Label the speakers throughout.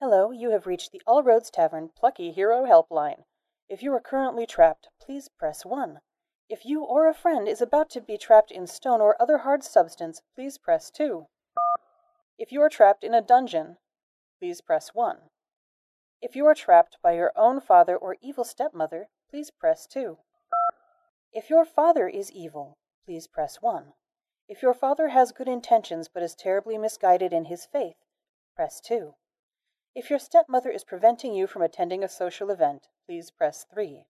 Speaker 1: have reached the All Roads Tavern Plucky Hero Helpline. If you are currently trapped, please press 1. If you or a friend is about to be trapped in stone or other hard substance, please press 2. If you are trapped in a dungeon, please press 1. If you are trapped by your own father or evil stepmother, please press 2. If your father is evil, please press 1. If your father has good intentions but is terribly misguided in his faith, press 2. If your stepmother is preventing you from attending a social event, please press 3.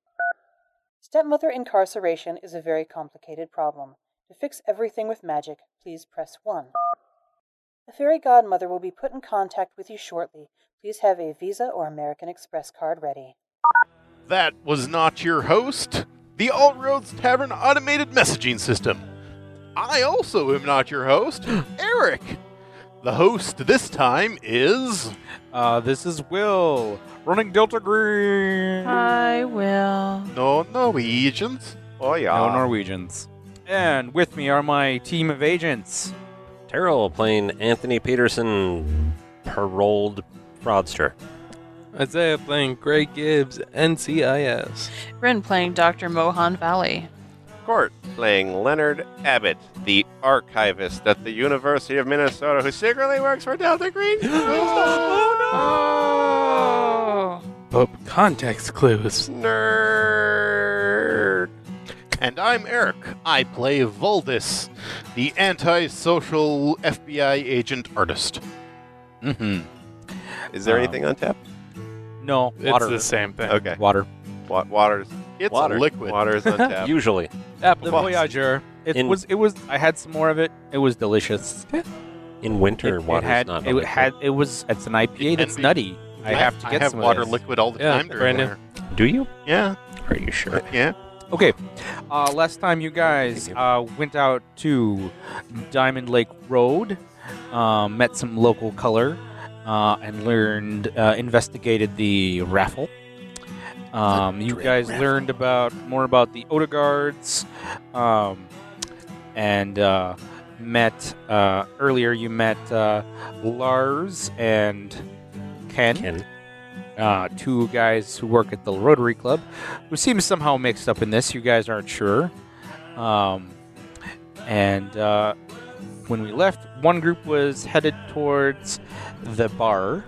Speaker 1: Stepmother incarceration is a very complicated problem. To fix everything with magic, please press 1. The fairy godmother will be put in contact with you shortly. Please have a Visa or American Express card ready.
Speaker 2: That was not your host, the All Roads Tavern automated messaging system. I also am not your host, Eric. The host this time is.
Speaker 3: Uh, this is Will, running Delta Green.
Speaker 4: I will.
Speaker 2: No Norwegians. Oh, yeah.
Speaker 3: No Norwegians. And with me are my team of agents.
Speaker 5: Terrell playing Anthony Peterson, paroled fraudster.
Speaker 6: Isaiah playing Gray Gibbs, NCIS.
Speaker 4: Ren playing Dr. Mohan Valley.
Speaker 7: Court playing Leonard Abbott, the archivist at the University of Minnesota who secretly works for Delta Green.
Speaker 4: Oh.
Speaker 6: But context clues.
Speaker 2: Nerd. And I'm Eric. I play Voldis, the antisocial FBI agent artist.
Speaker 3: Mm-hmm.
Speaker 7: Is there
Speaker 3: Um,
Speaker 7: anything on tap?
Speaker 3: No, water.
Speaker 6: It's the same thing.
Speaker 7: Okay.
Speaker 3: Water.
Speaker 7: Wa- water's
Speaker 2: It's
Speaker 5: Water.
Speaker 2: a liquid.
Speaker 7: water's on tap.
Speaker 5: Usually.
Speaker 3: Apple
Speaker 7: Well,
Speaker 3: Voyager. It
Speaker 5: in-
Speaker 3: was. It was. I had some more of it. It was delicious.
Speaker 5: In winter,
Speaker 3: it, it
Speaker 5: water's
Speaker 3: had.
Speaker 5: not
Speaker 3: It
Speaker 5: liquid.
Speaker 3: had. It was. It's an IPA.
Speaker 2: It
Speaker 3: that's
Speaker 2: can be.
Speaker 3: nutty. I have to get
Speaker 2: I have
Speaker 3: some of
Speaker 2: water
Speaker 3: this.
Speaker 2: liquid all the
Speaker 6: Yeah,
Speaker 2: time. during
Speaker 6: Brandon.
Speaker 2: winter.
Speaker 5: Do you?
Speaker 2: Yeah,
Speaker 5: Are you sure?
Speaker 2: yeah.
Speaker 3: Okay. Uh, last time you guys
Speaker 5: Thank you.
Speaker 3: uh, went out to Diamond Lake Road, uh, met some local color, uh, and learned, uh, investigated the raffle. Um, you
Speaker 5: dread
Speaker 3: guys
Speaker 5: raffle.
Speaker 3: learned about more about the Odegaards, um, and uh, met uh, earlier. You met uh, Lars and Ken
Speaker 5: Ken.
Speaker 3: uh, two guys who work at the Rotary Club, who seem somehow mixed up in this. You guys aren't sure. Um, and uh, when we left, one group was headed towards the bar.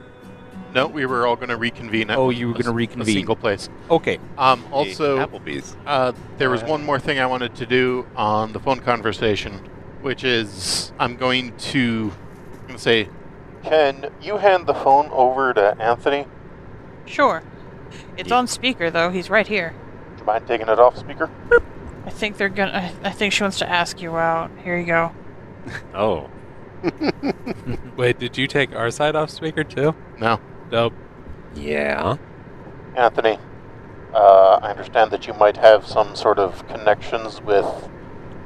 Speaker 2: No, we were all going to reconvene. at
Speaker 3: Oh, you were
Speaker 2: a-
Speaker 3: going to
Speaker 2: a
Speaker 3: reconvene.
Speaker 2: single place.
Speaker 3: Okay.
Speaker 2: Um, also,
Speaker 7: Applebee's.
Speaker 2: Uh, there was one more thing I wanted to do on the phone conversation, which is I'm going to I'm gonna say, Ken, you hand the phone over to Anthony.
Speaker 4: Sure. It's on speaker though. He's right here.
Speaker 2: Do you mind taking it off speaker?
Speaker 4: I think they're gonna. I, I think she wants to ask you out. Here you go.
Speaker 5: Oh.
Speaker 6: Wait, did you take our side off speaker too?
Speaker 2: No.
Speaker 6: Nope.
Speaker 5: Yeah.
Speaker 2: Anthony, uh, I understand that you might have some sort of connections with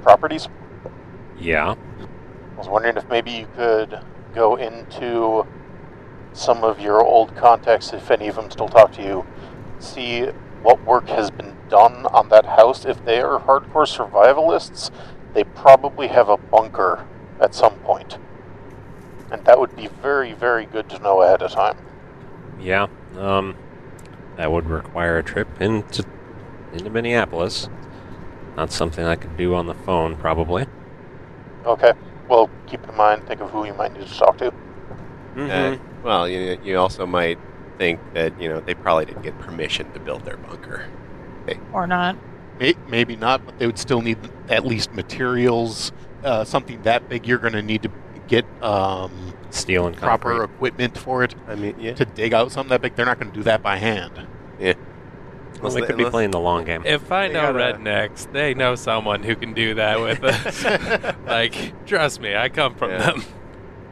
Speaker 2: properties.
Speaker 5: Yeah.
Speaker 2: I was wondering if maybe you could go into some of your old contacts, if any of them still talk to you, see what work has been done on that house. If they are hardcore survivalists, they probably have a bunker at some point. And that would be very, very good to know ahead of time.
Speaker 5: Yeah. Um, that would require a trip into into Minneapolis. Not something I could do on the phone, probably.
Speaker 2: Okay, well, keep in mind, think of who you might need to talk to.
Speaker 5: Mhm.
Speaker 7: Uh, Well, you, you also might think that, you know, they probably didn't get permission to build their bunker.
Speaker 4: Or not.
Speaker 2: Maybe not, but they would still need at least materials. Uh, something that big, you're going to need to get um,
Speaker 5: Steel and concrete.
Speaker 2: proper equipment for it.
Speaker 7: I mean, yeah.
Speaker 2: to dig out something that big, they're not going to do that by hand.
Speaker 5: Well,
Speaker 7: Unless
Speaker 5: we
Speaker 7: they-
Speaker 5: could be
Speaker 7: unless-
Speaker 5: playing the long game.
Speaker 6: If I
Speaker 7: They
Speaker 6: know
Speaker 7: gotta-
Speaker 6: rednecks, they know someone who can do that with us. like, trust me, I come from
Speaker 7: Yeah.
Speaker 6: them.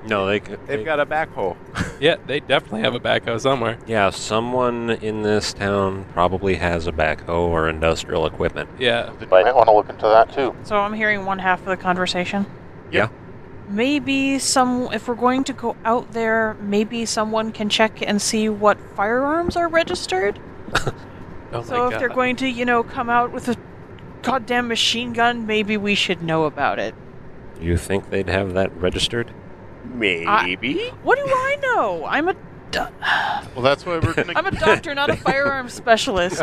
Speaker 5: no, they could.
Speaker 7: They've got a backhoe.
Speaker 6: Yeah, they definitely have a backhoe somewhere.
Speaker 5: Yeah, someone in this town probably has a backhoe or industrial equipment.
Speaker 6: Yeah.
Speaker 2: You might want to look into that too.
Speaker 4: So I'm hearing one half of the conversation.
Speaker 5: Yeah.
Speaker 4: Maybe some. If we're going to go out there, maybe someone can check and see what firearms are registered.
Speaker 6: Oh
Speaker 4: so
Speaker 6: my
Speaker 4: if
Speaker 6: god.
Speaker 4: they're going to, you know, come out with a goddamn machine gun, maybe we should know about it.
Speaker 5: You think they'd have that registered?
Speaker 7: Maybe.
Speaker 4: What do I know? I'm a done.
Speaker 2: Well, that's why we're going to
Speaker 4: I'm a doctor, not a firearms specialist.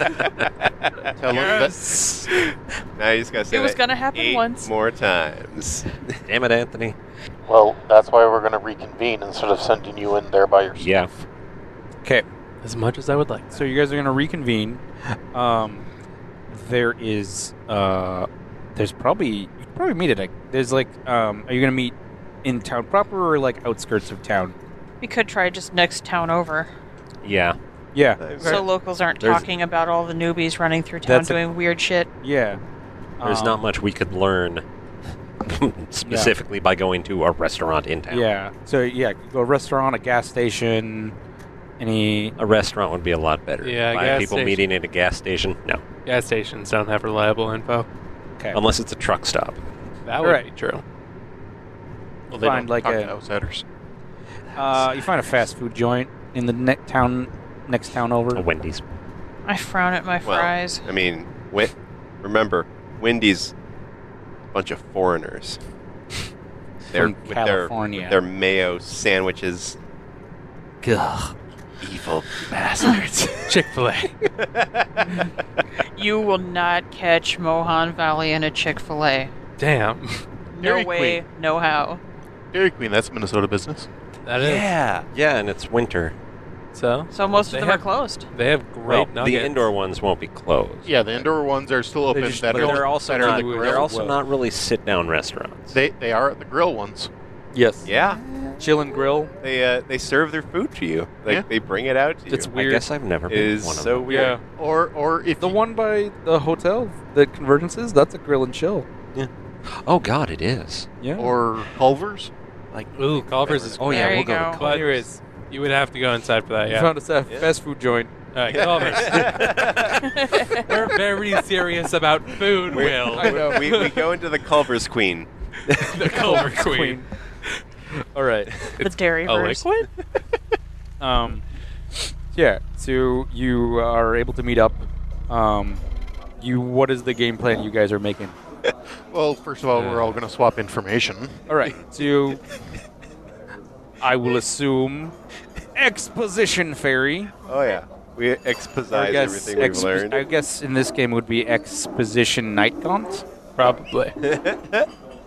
Speaker 2: tell him that
Speaker 7: now you just gotta say
Speaker 4: It was
Speaker 7: that
Speaker 4: gonna happen
Speaker 7: eight
Speaker 4: once.
Speaker 7: more times.
Speaker 5: Damn it, Anthony.
Speaker 2: Well, that's why we're going to reconvene instead of sending you in there by yourself.
Speaker 5: Yeah.
Speaker 3: Okay.
Speaker 6: As much as I would like.
Speaker 3: So you guys are gonna reconvene. Um, there is uh, there's probably you could probably meet at a there's like um, are you gonna meet in town proper or like outskirts of town?
Speaker 4: we could try just next town over,
Speaker 5: Yeah.
Speaker 3: Yeah,
Speaker 4: so locals aren't
Speaker 5: There's-
Speaker 4: talking about all the newbies running through town
Speaker 3: That's a-
Speaker 4: doing weird shit.
Speaker 3: yeah.
Speaker 5: There's
Speaker 3: Um,
Speaker 5: not much we could learn specifically by going to a restaurant in town.
Speaker 3: Yeah. So yeah, go a restaurant, a gas station, any.
Speaker 5: A restaurant would be a lot better.
Speaker 6: Yeah, a
Speaker 5: Five
Speaker 6: gas
Speaker 5: people
Speaker 6: station.
Speaker 5: meeting at a gas station? No.
Speaker 6: Gas stations don't have reliable info.
Speaker 3: Okay.
Speaker 5: Unless it's a truck stop.
Speaker 6: That would
Speaker 3: Right.
Speaker 6: be true.
Speaker 2: Well, they
Speaker 3: Find
Speaker 2: don't
Speaker 3: like
Speaker 2: talk
Speaker 3: a-
Speaker 2: to outsiders.
Speaker 3: Uh, you find a fast food joint in the next town, next town
Speaker 5: A
Speaker 3: over.
Speaker 5: Wendy's.
Speaker 4: I frown at my
Speaker 7: Well,
Speaker 4: fries.
Speaker 7: I mean, wi- remember, Wendy's a bunch of foreigners. They're
Speaker 3: From
Speaker 7: with their
Speaker 3: California.
Speaker 7: their mayo sandwiches. Evil bastards.
Speaker 6: Chick fil A.
Speaker 4: You will not catch Mohan Valley in a Chick Fil A.
Speaker 6: Damn.
Speaker 4: No
Speaker 2: Dairy
Speaker 4: way, no how.
Speaker 2: Dairy Queen, that's Minnesota business.
Speaker 6: That is.
Speaker 5: Yeah. Yeah, and it's winter.
Speaker 6: So?
Speaker 4: So most
Speaker 6: They
Speaker 4: of them
Speaker 6: have-
Speaker 4: are closed.
Speaker 6: They have
Speaker 5: Well,
Speaker 6: great
Speaker 5: the
Speaker 6: nuggets.
Speaker 5: indoor ones won't be closed.
Speaker 2: Yeah, the indoor ones are still open.
Speaker 3: just-
Speaker 2: that
Speaker 3: but
Speaker 2: are,
Speaker 3: they're also
Speaker 2: that
Speaker 3: not-
Speaker 2: are the grill.
Speaker 5: They're also
Speaker 3: Well-
Speaker 5: not really sit down restaurants.
Speaker 2: they, they are the grill ones.
Speaker 3: Yes.
Speaker 7: yeah,
Speaker 3: Chill and grill.
Speaker 7: they uh, they serve their food to you. Like
Speaker 2: Yeah.
Speaker 7: they bring it out to
Speaker 3: It's
Speaker 7: you.
Speaker 5: I
Speaker 3: weird.
Speaker 5: guess I've never
Speaker 7: It
Speaker 5: been to
Speaker 7: is
Speaker 5: one of
Speaker 7: so
Speaker 5: them.
Speaker 7: weird.
Speaker 6: Yeah.
Speaker 2: Or or if
Speaker 3: The
Speaker 2: you-
Speaker 3: one by the hotel, the convergences, that's a grill and chill.
Speaker 5: Oh God, it is.
Speaker 3: Yeah.
Speaker 2: or Culver's.
Speaker 6: Ooh, Culver's is
Speaker 5: Oh yeah,
Speaker 4: There
Speaker 5: we'll
Speaker 4: you
Speaker 5: go.
Speaker 4: go.
Speaker 5: to
Speaker 6: But
Speaker 5: Culver's.
Speaker 6: anyways, you would have to go inside for that,
Speaker 3: you
Speaker 6: yeah.
Speaker 3: found us at
Speaker 7: Yeah.
Speaker 3: fast food joint.
Speaker 6: All right, Culver's. We're very serious about food, Will.
Speaker 3: I know.
Speaker 7: we, we go into the Culver's Queen.
Speaker 6: the Culver Queen.
Speaker 3: All right.
Speaker 4: the dairy
Speaker 6: a
Speaker 4: verse.
Speaker 3: Um, yeah. So you are able to meet up. Um, you. What is the game plan you guys are making?
Speaker 2: Well, first of all, we're all going to swap information.
Speaker 3: All right. So I will assume exposition fairy.
Speaker 7: Oh yeah, we exposize
Speaker 3: I guess
Speaker 7: everything we've
Speaker 3: expo-
Speaker 7: learned.
Speaker 3: I guess in this game would be exposition night gaunt.
Speaker 6: Probably.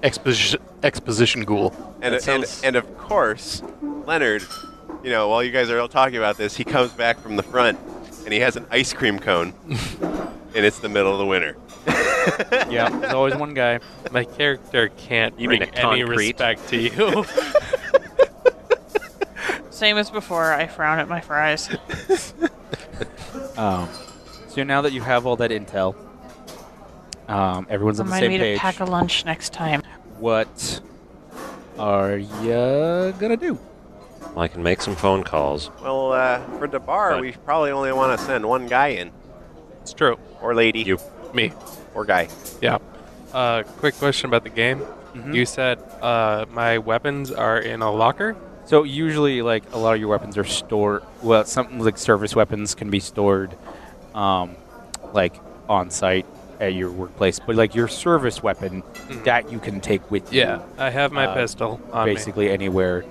Speaker 2: Exposition, exposition ghoul.
Speaker 7: and,
Speaker 5: That
Speaker 7: and,
Speaker 5: sounds-
Speaker 7: and of course, Leonard, you know, while you guys are all talking about this, he comes back from the front and he has an ice cream cone, and it's the middle of the winter.
Speaker 3: yeah. There's always one guy.
Speaker 6: My character can't
Speaker 5: You mean
Speaker 6: bring
Speaker 5: a
Speaker 6: any
Speaker 5: concrete?
Speaker 6: respect to you.
Speaker 4: Same as before, I frown at my fries.
Speaker 3: Um, so now that you have all that intel, um, everyone's on the
Speaker 4: Remind
Speaker 3: same
Speaker 4: me
Speaker 3: page.
Speaker 4: to pack a lunch next time.
Speaker 3: what are you gonna do?
Speaker 5: I can make some phone calls.
Speaker 7: Well, uh, for the bar,
Speaker 5: Right.
Speaker 7: we probably only want to send one guy in,
Speaker 6: it's true.
Speaker 7: or lady,
Speaker 5: You.
Speaker 6: Me.
Speaker 7: or guy.
Speaker 6: Yeah. Uh, quick question about the game. You said uh, my weapons are in a locker.
Speaker 3: So usually, like a lot of your weapons are stored. Well, something like service weapons can be stored, um, like on site at your workplace. But like your service weapon, that you can take with you.
Speaker 6: Yeah, I have my
Speaker 3: Uh,
Speaker 6: pistol on me.
Speaker 3: basically anywhere.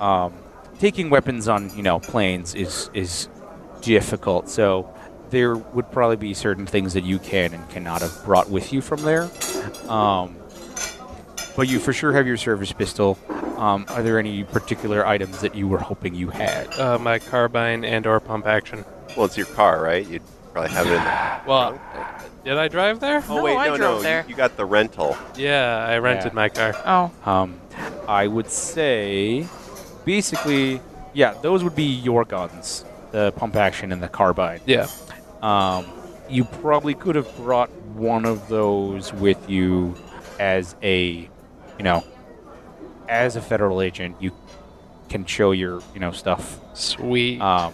Speaker 3: Um, taking weapons on you know planes is is difficult. So there would probably be certain things that you can and cannot have brought with you from there. Um, but you for sure have your service pistol. Um, are there any particular items that you were hoping you had?
Speaker 6: Uh, my carbine and/or pump action.
Speaker 7: Well, it's your car, right? You'd probably have it in the.
Speaker 6: Well, did I drive there?
Speaker 7: Oh
Speaker 4: No,
Speaker 7: wait,
Speaker 4: I
Speaker 7: no,
Speaker 4: drove
Speaker 7: no,
Speaker 4: there.
Speaker 7: You, you got the rental.
Speaker 6: Yeah, I rented
Speaker 3: Yeah.
Speaker 6: my car.
Speaker 4: Oh,
Speaker 3: Um, I would say, basically, yeah, those would be your guns: the pump action and the carbine.
Speaker 6: Yeah.
Speaker 3: Um, you probably could have brought one of those with you as a, you know, as a federal agent. You can show your, you know, stuff
Speaker 6: Sweet.
Speaker 3: um,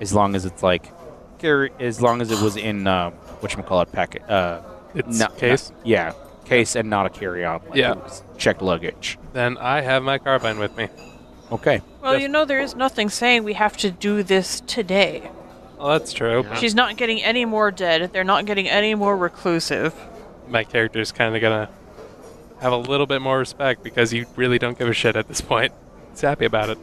Speaker 3: as long as it's like, carry- as long as it was in um, what you call it packet. Uh,
Speaker 6: it's
Speaker 3: no-
Speaker 6: case.
Speaker 3: no- yeah, case, and not a carry-on. like
Speaker 6: Yeah.
Speaker 3: it was checked luggage.
Speaker 6: Then I have my carbine with me.
Speaker 3: Okay.
Speaker 4: well,
Speaker 6: Yes.
Speaker 4: you know, there is nothing saying we have to do this today.
Speaker 6: Well, that's true. but
Speaker 4: She's not getting any more dead. They're not getting any more reclusive.
Speaker 6: My character's kind of gonna have a little bit more respect because you really don't give a shit at this point. He's happy about it.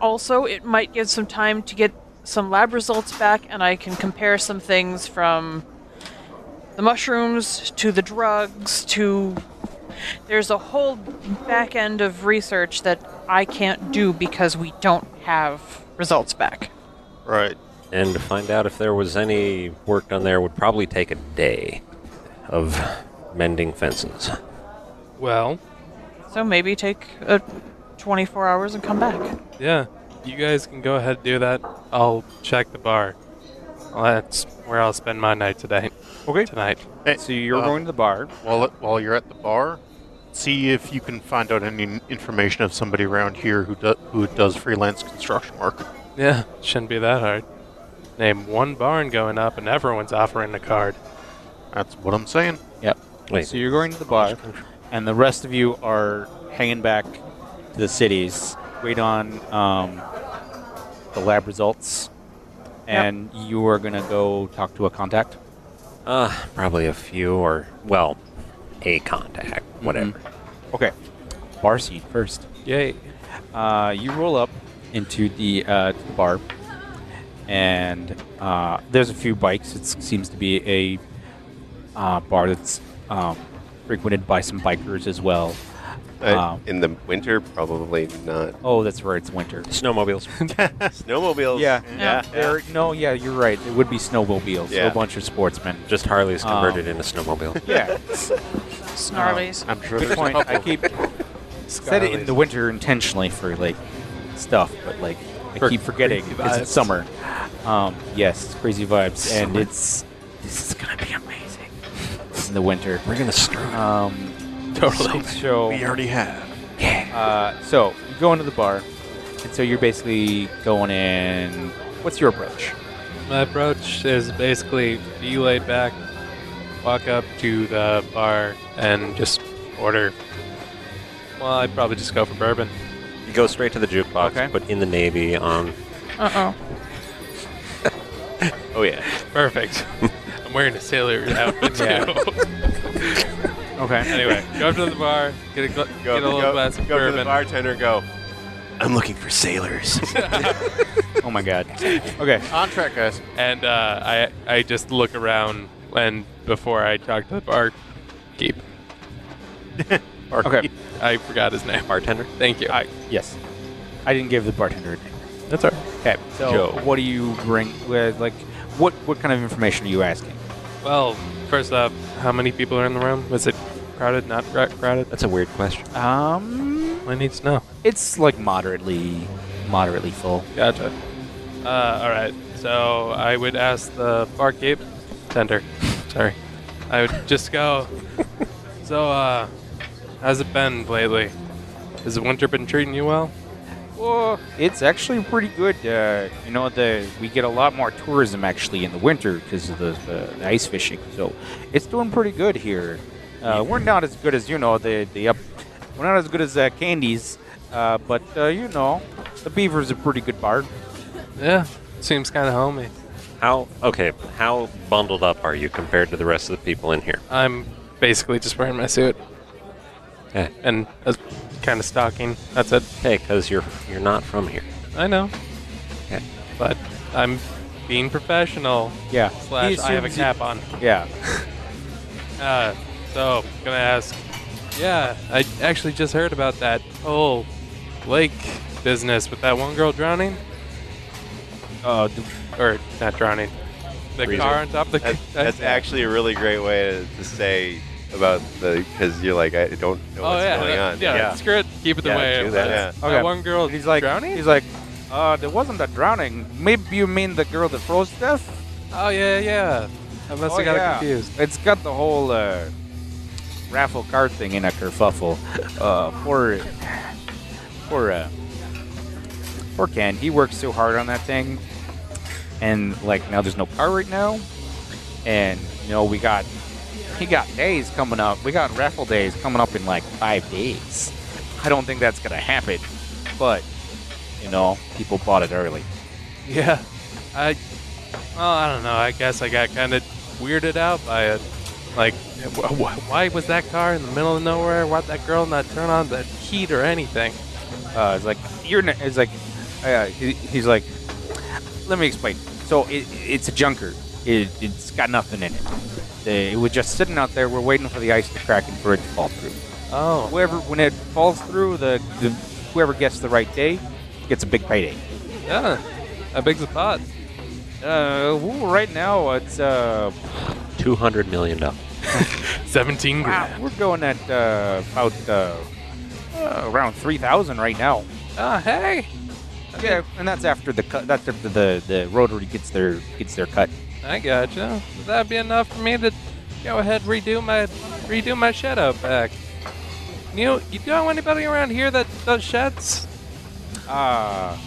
Speaker 4: Also, it might give some time to get some lab results back, and I can compare some things from the mushrooms to the drugs to. There's a whole back end of research that I can't do because we don't have results back.
Speaker 8: Right.
Speaker 5: And to find out if there was any work done there would probably take a day of mending fences.
Speaker 6: Well,
Speaker 4: So maybe take a 24 hours and come back.
Speaker 6: yeah. You guys can go ahead and do that. I'll check the bar. Well, that's where I'll spend my night today.
Speaker 3: Okay.
Speaker 6: Tonight.
Speaker 2: Hey,
Speaker 3: So you're
Speaker 2: uh,
Speaker 3: going to the bar.
Speaker 2: while while you're at the bar, see if you can find out any information of somebody around here who do, who does freelance construction work.
Speaker 6: Yeah, shouldn't be that hard. Name one barn going up, and everyone's offering a card.
Speaker 2: That's what I'm saying.
Speaker 3: Yep.
Speaker 5: Wait.
Speaker 3: So you're going to the bar, and the rest of you are hanging back to the cities. Wait on um, the lab results, and you are gonna go talk to a contact.
Speaker 5: Uh, probably a few or, well, a contact, whatever.
Speaker 3: Okay. Bar seat first.
Speaker 6: Yay.
Speaker 3: Uh, you roll up into the, uh, to the bar, and uh, there's a few bikes. It seems to be a uh, bar that's um, frequented by some bikers as well.
Speaker 7: Uh,
Speaker 3: Wow.
Speaker 7: in the winter, probably not.
Speaker 3: Oh, that's right. It's winter.
Speaker 5: Snowmobiles.
Speaker 7: Snowmobiles.
Speaker 3: Yeah.
Speaker 7: Yeah.
Speaker 3: There- no, yeah, you're right. It would be snowmobiles. So
Speaker 7: Yeah.
Speaker 3: a bunch of sportsmen.
Speaker 5: Just Harley's
Speaker 3: Um,
Speaker 5: converted into snowmobile.
Speaker 3: Yeah. Um,
Speaker 4: Snarlies.
Speaker 2: I'm sure
Speaker 3: Good
Speaker 2: there's
Speaker 3: point.
Speaker 2: a couple.
Speaker 3: I keep said it in the winter intentionally for like stuff, but like I
Speaker 6: For
Speaker 3: keep forgetting
Speaker 6: creepy
Speaker 3: because
Speaker 6: vibes.
Speaker 3: it's summer. Um, yes, crazy vibes, and it's this is gonna be amazing. It's in the winter.
Speaker 5: We're going to screw it.
Speaker 3: Um, totally. So
Speaker 2: We already have.
Speaker 3: uh, so you go into the bar, and so you're basically going in. What's your approach?
Speaker 6: My approach is basically be laid back, walk up to the bar, and just order. Well, I'd probably just go for bourbon.
Speaker 5: You go straight to the jukebox,
Speaker 3: Okay.
Speaker 5: but in the Navy on.
Speaker 4: Uh
Speaker 7: Oh yeah.
Speaker 6: Perfect. I'm wearing a sailor outfit too.
Speaker 3: Yeah. Okay.
Speaker 6: anyway, go up to the bar, get a,
Speaker 7: Go,
Speaker 6: gl- get a little
Speaker 7: go,
Speaker 6: glass of
Speaker 7: go to the
Speaker 6: bourbon.
Speaker 7: bartender. Go. I'm looking for sailors.
Speaker 3: Oh my God. Okay.
Speaker 2: On track, guys.
Speaker 6: And uh, I I just look around and before I talk to the bar keep.
Speaker 3: Okay.
Speaker 6: I forgot his name.
Speaker 5: Bartender?
Speaker 6: Thank you. I,
Speaker 3: Yes. I didn't give the bartender a name.
Speaker 6: that's all right.
Speaker 3: Okay. So,
Speaker 6: Joe.
Speaker 3: what do you bring? With, like, what what kind of information are you asking?
Speaker 6: Well, first off, how many people are in the room? Was it crowded, not cra- crowded?
Speaker 5: That's a weird question.
Speaker 3: Um,
Speaker 6: I need to know.
Speaker 3: it's like moderately, moderately full.
Speaker 6: Gotcha. Uh, all right. So I would ask the barkeep, tender. Sorry. I would just go. so, uh, how's it been lately? Has the winter been treating you well?
Speaker 3: Well, it's actually pretty good. Uh, you know, the we get a lot more tourism actually in the winter because of the, the, the ice fishing. So, it's doing pretty good here. Uh, we're not as good as you know the the up. We're not as good as uh, candies, uh, but uh, you know, the beaver's a pretty good bar.
Speaker 6: Yeah. Seems kind of homey.
Speaker 5: How, okay, how bundled up are you compared to the rest of the people in here?
Speaker 6: I'm basically just wearing my suit
Speaker 5: Okay,
Speaker 6: and a kind of stocking. That's it.
Speaker 5: because you're, you're not from here.
Speaker 6: I know.
Speaker 5: Okay.
Speaker 6: But I'm being professional.
Speaker 3: Yeah.
Speaker 6: Slash, I have a cap on.
Speaker 3: Yeah.
Speaker 6: Uh, so, gonna ask. Yeah, I actually just heard about that whole lake business with that one girl drowning,
Speaker 3: Uh, d-
Speaker 6: or not drowning, the
Speaker 7: Freezing.
Speaker 6: car on top of the.
Speaker 7: That, that's actually a really great way to, to say about the because you're like I don't know
Speaker 6: Oh
Speaker 7: what's
Speaker 6: yeah,
Speaker 7: going
Speaker 6: yeah,
Speaker 7: on.
Speaker 6: Screw it. Keep it the
Speaker 7: Yeah,
Speaker 6: way.
Speaker 7: do
Speaker 6: it
Speaker 7: that,
Speaker 6: was.
Speaker 7: yeah.
Speaker 3: Okay.
Speaker 6: That one girl.
Speaker 3: He's like
Speaker 6: drowning.
Speaker 3: He's like, uh, there wasn't a drowning. Maybe you mean the girl that froze to death?
Speaker 6: oh yeah, yeah. I must
Speaker 3: Oh,
Speaker 6: have got
Speaker 3: yeah.
Speaker 6: confused.
Speaker 3: It's got the whole uh, raffle card thing in a kerfuffle. Uh, poor, poor, uh, poor Ken. He worked so hard on that thing, and like now there's no car right now, and you know we got he got days coming up. We got raffle days coming up in like five days. I don't think that's gonna happen, but you know people bought it early.
Speaker 6: Yeah. I. Well, I don't know. I guess I got kind of weirded out by it. Like, wh- wh- why was that car in the middle of nowhere? Why'd that girl not turn on the heat or anything?
Speaker 3: Uh, it's like you're. n- It's like uh, he, he's like, let me explain. So it, it's a junker. It, it's got nothing in it. They- It was just sitting out there. We're waiting for the ice to crack and for it to fall through.
Speaker 6: Oh.
Speaker 3: Whoever, when it falls through, the, the whoever gets the right day gets a big payday.
Speaker 6: Yeah. How big's the pot?
Speaker 3: Uh, ooh, right now it's uh,
Speaker 5: Two hundred million dollars.
Speaker 6: 17
Speaker 3: wow,
Speaker 6: grand.
Speaker 3: we're going at uh, about uh, uh, around three thousand right now.
Speaker 6: Oh, hey.
Speaker 3: Yeah, and that's after the cut. That's after the the rotary gets their gets their cut.
Speaker 6: I gotcha. Would that be enough for me to go ahead redo my redo my shed out back? You you know anybody around here that does sheds?
Speaker 3: Ah,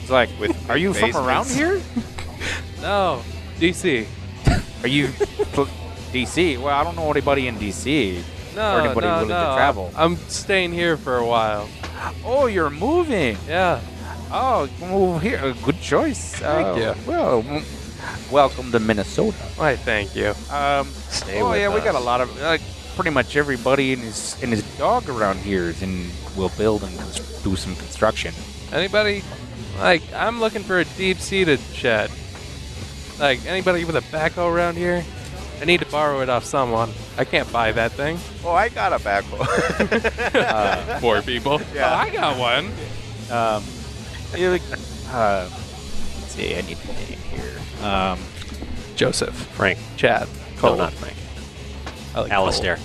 Speaker 3: it's like,
Speaker 7: With
Speaker 3: are you from around
Speaker 7: basements.
Speaker 3: here?
Speaker 6: No. DC.
Speaker 3: Are you pl- DC? Well, I don't know anybody in DC.
Speaker 6: No,
Speaker 3: Or anybody
Speaker 6: no,
Speaker 3: willing to
Speaker 6: no.
Speaker 3: travel.
Speaker 6: I'm staying here for a while.
Speaker 3: Oh, you're moving.
Speaker 6: Yeah.
Speaker 3: Oh, move here. Uh, Good choice.
Speaker 6: Thank
Speaker 3: Uh,
Speaker 6: you.
Speaker 3: Well, mm, welcome to Minnesota.
Speaker 6: Why? Thank you.
Speaker 3: Um,
Speaker 5: Stay
Speaker 3: oh
Speaker 5: with
Speaker 3: yeah, we got a
Speaker 5: us.
Speaker 3: lot of like pretty much everybody and his and his dog around here is in will build and cons- do some construction.
Speaker 6: Anybody? Like I'm looking for a deep-seated shed. Like anybody with a backhoe around here? I need to borrow it off someone. I can't buy that thing.
Speaker 7: Oh, I got a backhoe.
Speaker 6: Poor people.
Speaker 7: Yeah.
Speaker 6: Oh, I got one.
Speaker 3: Um, yeah, like, uh, let's see, I need the name here. Um,
Speaker 6: Joseph.
Speaker 5: Frank.
Speaker 6: Chad.
Speaker 5: No,
Speaker 6: Cole.
Speaker 5: not Frank.
Speaker 6: I like
Speaker 5: Alistair.
Speaker 6: Cole.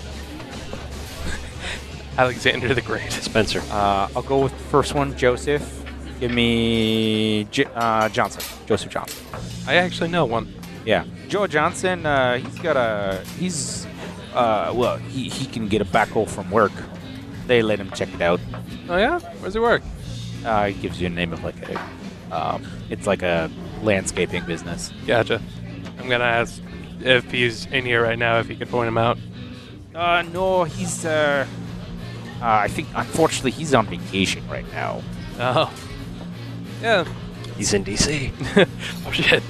Speaker 6: Alexander the Great.
Speaker 5: Spencer.
Speaker 3: uh, I'll go with the first one, Joseph. Give me J- uh, Johnson, Joseph Johnson.
Speaker 6: I actually know one.
Speaker 3: Yeah, Joe Johnson. Uh, he's got a he's uh, well, he, he can get a backhoe from work. They let him check it out.
Speaker 6: Oh yeah? Where's he work?
Speaker 3: Uh, it gives you a name of like a um, it's like a landscaping business.
Speaker 6: Gotcha. I'm gonna ask if he's in here right now if he could point him out.
Speaker 3: Uh, no, he's uh, uh, I think unfortunately he's on vacation right now.
Speaker 6: Oh. Yeah.
Speaker 5: He's in DC.
Speaker 6: oh shit.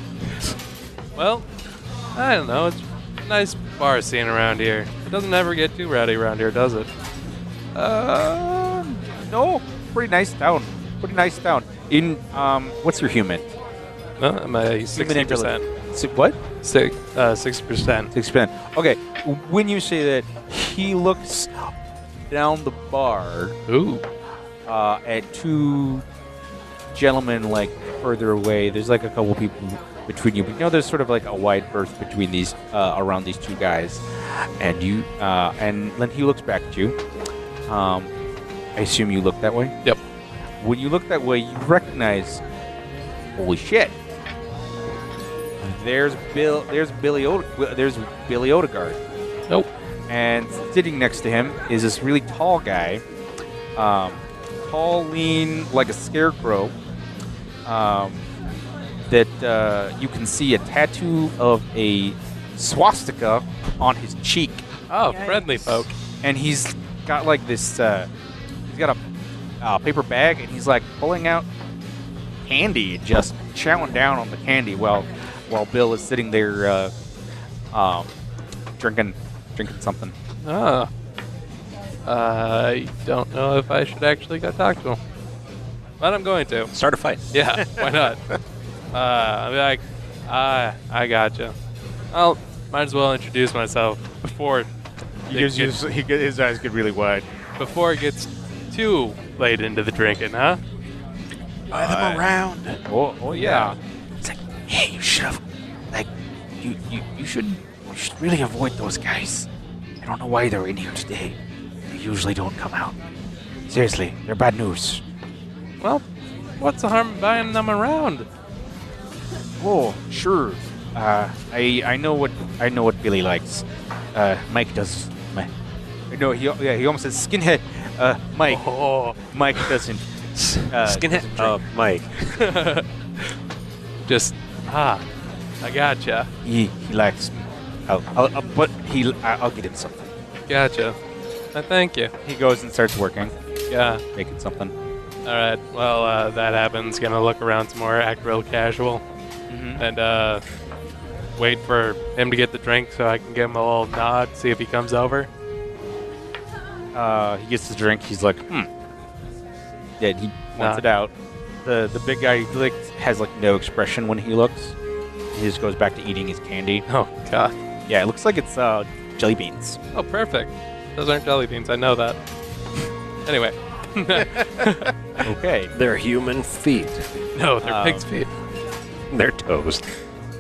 Speaker 6: Well, I don't know. It's a nice bar scene around here. It doesn't ever get too rowdy around here, does it?
Speaker 3: Uh, no, pretty nice town. Pretty nice town. In um, what's your human?
Speaker 6: No, am I sixty
Speaker 3: Human
Speaker 6: percent?
Speaker 3: intelligence. Si- What?
Speaker 6: Six, uh, sixty percent.
Speaker 3: Six percent. Okay. When you say that, he looks down the bar
Speaker 6: Ooh.
Speaker 3: uh, at two gentlemen like further away. There's like a couple people between you, but you know there's sort of like a wide berth between these uh, around these two guys, and you uh, and then he looks back at you. Um, I assume you look that way.
Speaker 6: Yep.
Speaker 3: When you look that way, you recognize, holy shit. There's Bill. There's Billy. Od- there's Billy Odegaard.
Speaker 6: Nope.
Speaker 3: And sitting next to him is this really tall guy, um, tall, lean, like a scarecrow. Um, that uh, you can see a tattoo of a swastika on his cheek,
Speaker 6: Oh, friendly folk.
Speaker 3: and he's got like this. Uh, he's got a uh, paper bag, and he's like pulling out candy, and just chowing down on the candy while while Bill is sitting there uh, um, drinking drinking something.
Speaker 6: Oh. I don't know if I should actually go talk to him, but I'm going to.
Speaker 5: Start a fight.
Speaker 6: Yeah, why not? Uh, I'll be like, ah, I gotcha. I'll might as well introduce myself before
Speaker 8: He
Speaker 6: it
Speaker 8: gives you,
Speaker 6: gets-
Speaker 8: he, get- his eyes get really wide.
Speaker 6: before it gets too late into the drinking, huh?
Speaker 2: Buy them around.
Speaker 3: Oh, oh
Speaker 6: yeah.
Speaker 9: It's like, hey, you should have, like, you you, you should you should really avoid those guys. I don't know why they're in here today. They usually don't come out. Seriously, they're bad news.
Speaker 6: Well, what's the harm in buying them around?
Speaker 3: Oh, sure. Uh, I I know what I know what Billy likes. Uh, Mike does. My, no, he yeah he almost says skinhead. Uh, Mike
Speaker 6: Oh,
Speaker 3: Mike doesn't. Uh,
Speaker 5: Skinhead. Uh, Mike.
Speaker 6: just ah, I gotcha,
Speaker 3: He he likes. I'll, I'll, i but he I- I'll get him something.
Speaker 6: gotcha. I thank you.
Speaker 3: He goes and starts working,
Speaker 6: Yeah.
Speaker 3: making something.
Speaker 6: All right. Well, uh, that happens. Gonna look around some more, act real casual, and uh, wait for him to get the drink so I can give him a little nod, see if he comes over.
Speaker 3: Uh, he gets the drink. He's like, hmm. Yeah, he wants
Speaker 6: Nah.
Speaker 3: it out. the the big guy like has like no expression when he looks. He just goes back to eating his candy.
Speaker 6: Oh god.
Speaker 3: Yeah, it looks like it's uh, jelly beans.
Speaker 6: Oh, perfect. Those aren't jelly beans. I know that. Anyway,
Speaker 3: Okay.
Speaker 5: They're human feet.
Speaker 6: no, they're
Speaker 3: Um,
Speaker 6: pig's feet.
Speaker 5: They're toast.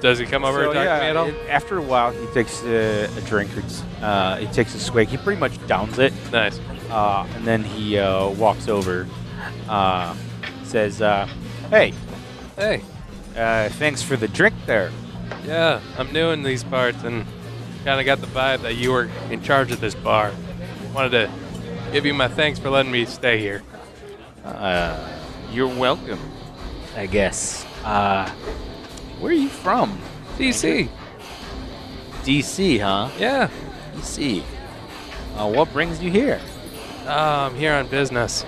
Speaker 6: Does he come over
Speaker 3: So,
Speaker 6: and talk
Speaker 3: yeah,
Speaker 6: to me at all?
Speaker 3: it- after a while, he takes a, a drink. Or, t- uh, he takes a swig. He pretty much downs it,
Speaker 6: nice.
Speaker 3: uh, and then he uh, walks over, uh, says, uh, "Hey,
Speaker 6: Hey,
Speaker 3: uh, thanks for the drink there."
Speaker 6: yeah, I'm new in these parts and kind of got the vibe that you were in charge of this bar. Wanted to give you my thanks for letting me stay here.
Speaker 3: Uh, you're welcome. I guess. Uh, where are you from?
Speaker 6: DC,
Speaker 3: DC, huh?
Speaker 6: yeah,
Speaker 3: DC. Uh, what brings you here?
Speaker 6: uh, I'm here on business.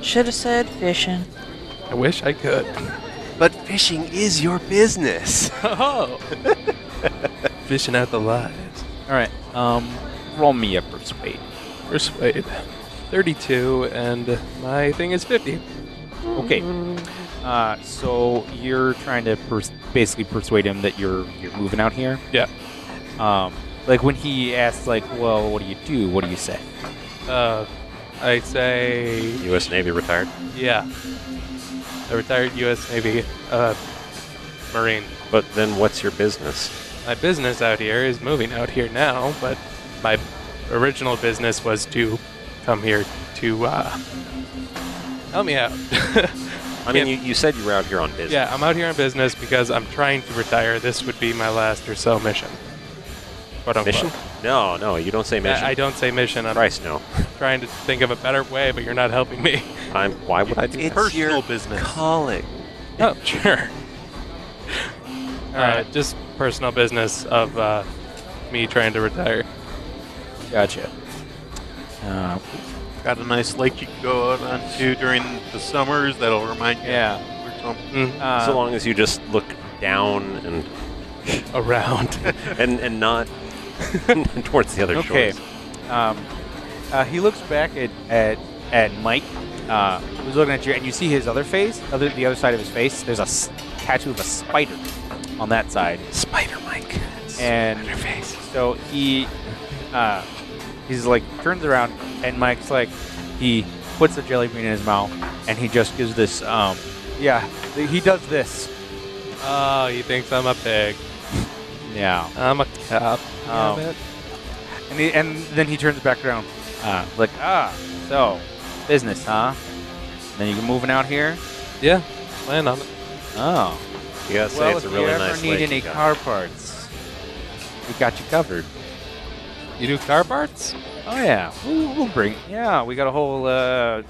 Speaker 4: Should have said fishing.
Speaker 6: I wish I could.
Speaker 7: But fishing is your business.
Speaker 6: Oh, fishing out the lies.
Speaker 3: All right. Um, roll me a persuade.
Speaker 6: Persuade. 32, and my thing is 50.
Speaker 3: Okay. Uh, so you're trying to pers- basically persuade him that you're you're moving out here.
Speaker 6: Yeah.
Speaker 3: Um, like when he asks, like, well, what do you do? What do you say?
Speaker 6: Uh, I say
Speaker 5: U.S. Navy retired.
Speaker 6: Yeah. A retired U.S. Navy uh, Marine.
Speaker 5: But then what's your business?
Speaker 6: My business out here is moving out here now, but my original business was to come here to uh, help me out.
Speaker 5: I mean,
Speaker 6: Yeah.
Speaker 5: you, you said you were out here on business.
Speaker 6: yeah, I'm out here on business because I'm trying to retire. This would be my last or so mission. Quote, unquote.
Speaker 5: Mission? No, no, you don't say mission.
Speaker 6: I, I don't say mission. I'm
Speaker 5: Christ, no.
Speaker 6: trying to think of a better way, but you're not helping me.
Speaker 5: I'm, why would I do
Speaker 7: It's
Speaker 5: that?
Speaker 7: your
Speaker 6: business.
Speaker 7: Calling.
Speaker 6: Oh, sure. uh,
Speaker 3: right.
Speaker 6: just personal business of uh, me trying to retire.
Speaker 3: Gotcha. Uh,
Speaker 2: Got a nice lake you can go out onto during the summers that'll remind you.
Speaker 3: Yeah.
Speaker 2: Or something.
Speaker 6: Mm,
Speaker 3: uh,
Speaker 5: so long as you just look down and
Speaker 6: around.
Speaker 5: and, and not towards the other
Speaker 3: okay.
Speaker 5: shores.
Speaker 3: Um, uh, he looks back at at, at Mike. Uh, who's looking at you, and you see his other face, other the other side of his face. There's a s- tattoo of a spider on that side.
Speaker 5: Spider Mike.
Speaker 3: and so he uh, he's like turns around and mike's like he puts the jelly bean in his mouth and he just gives this um yeah th- he does this
Speaker 6: Oh, he thinks I'm a pig.
Speaker 3: yeah
Speaker 6: I'm a cop.
Speaker 3: Um,
Speaker 6: Damn it.
Speaker 3: and, he, and then he turns back around uh, like ah so business huh then you're moving out here
Speaker 6: Yeah, plan on it.
Speaker 3: oh
Speaker 5: You gotta say
Speaker 3: well
Speaker 5: it's a
Speaker 3: if
Speaker 5: really
Speaker 3: you ever
Speaker 5: nice
Speaker 3: need
Speaker 5: lake
Speaker 3: any
Speaker 5: you got.
Speaker 3: car parts we got you covered
Speaker 6: You do car parts?
Speaker 3: Oh yeah, we'll, we'll bring. Yeah, we got a whole uh,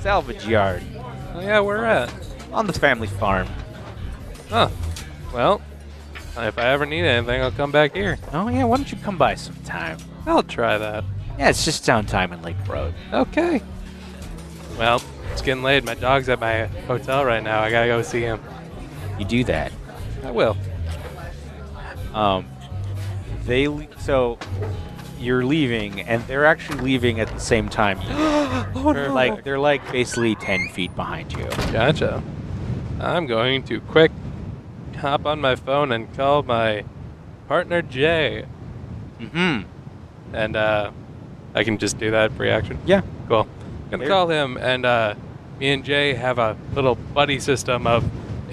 Speaker 3: salvage yard
Speaker 6: Oh yeah, we're at.
Speaker 3: on the family farm.
Speaker 6: Huh. Well, if I ever need anything, I'll come back here.
Speaker 3: Oh yeah, why don't you come by sometime?
Speaker 6: I'll try that.
Speaker 3: Yeah, it's just downtime in Lake Road.
Speaker 6: Okay. Well, it's getting late. My dog's at my hotel right now. I gotta go see him.
Speaker 3: You do that.
Speaker 6: I will.
Speaker 3: Um, they le- so you're leaving, and they're actually leaving at the same time. You
Speaker 6: Oh
Speaker 3: are. like they're like basically ten feet behind you.
Speaker 6: Gotcha. I'm going to quick hop on my phone and call my partner Jay,
Speaker 3: Mm-hmm.
Speaker 6: and uh, I can just do that free action.
Speaker 3: Yeah.
Speaker 6: Cool. Gonna
Speaker 3: Weird.
Speaker 6: call him, and uh, me and Jay have a little buddy system of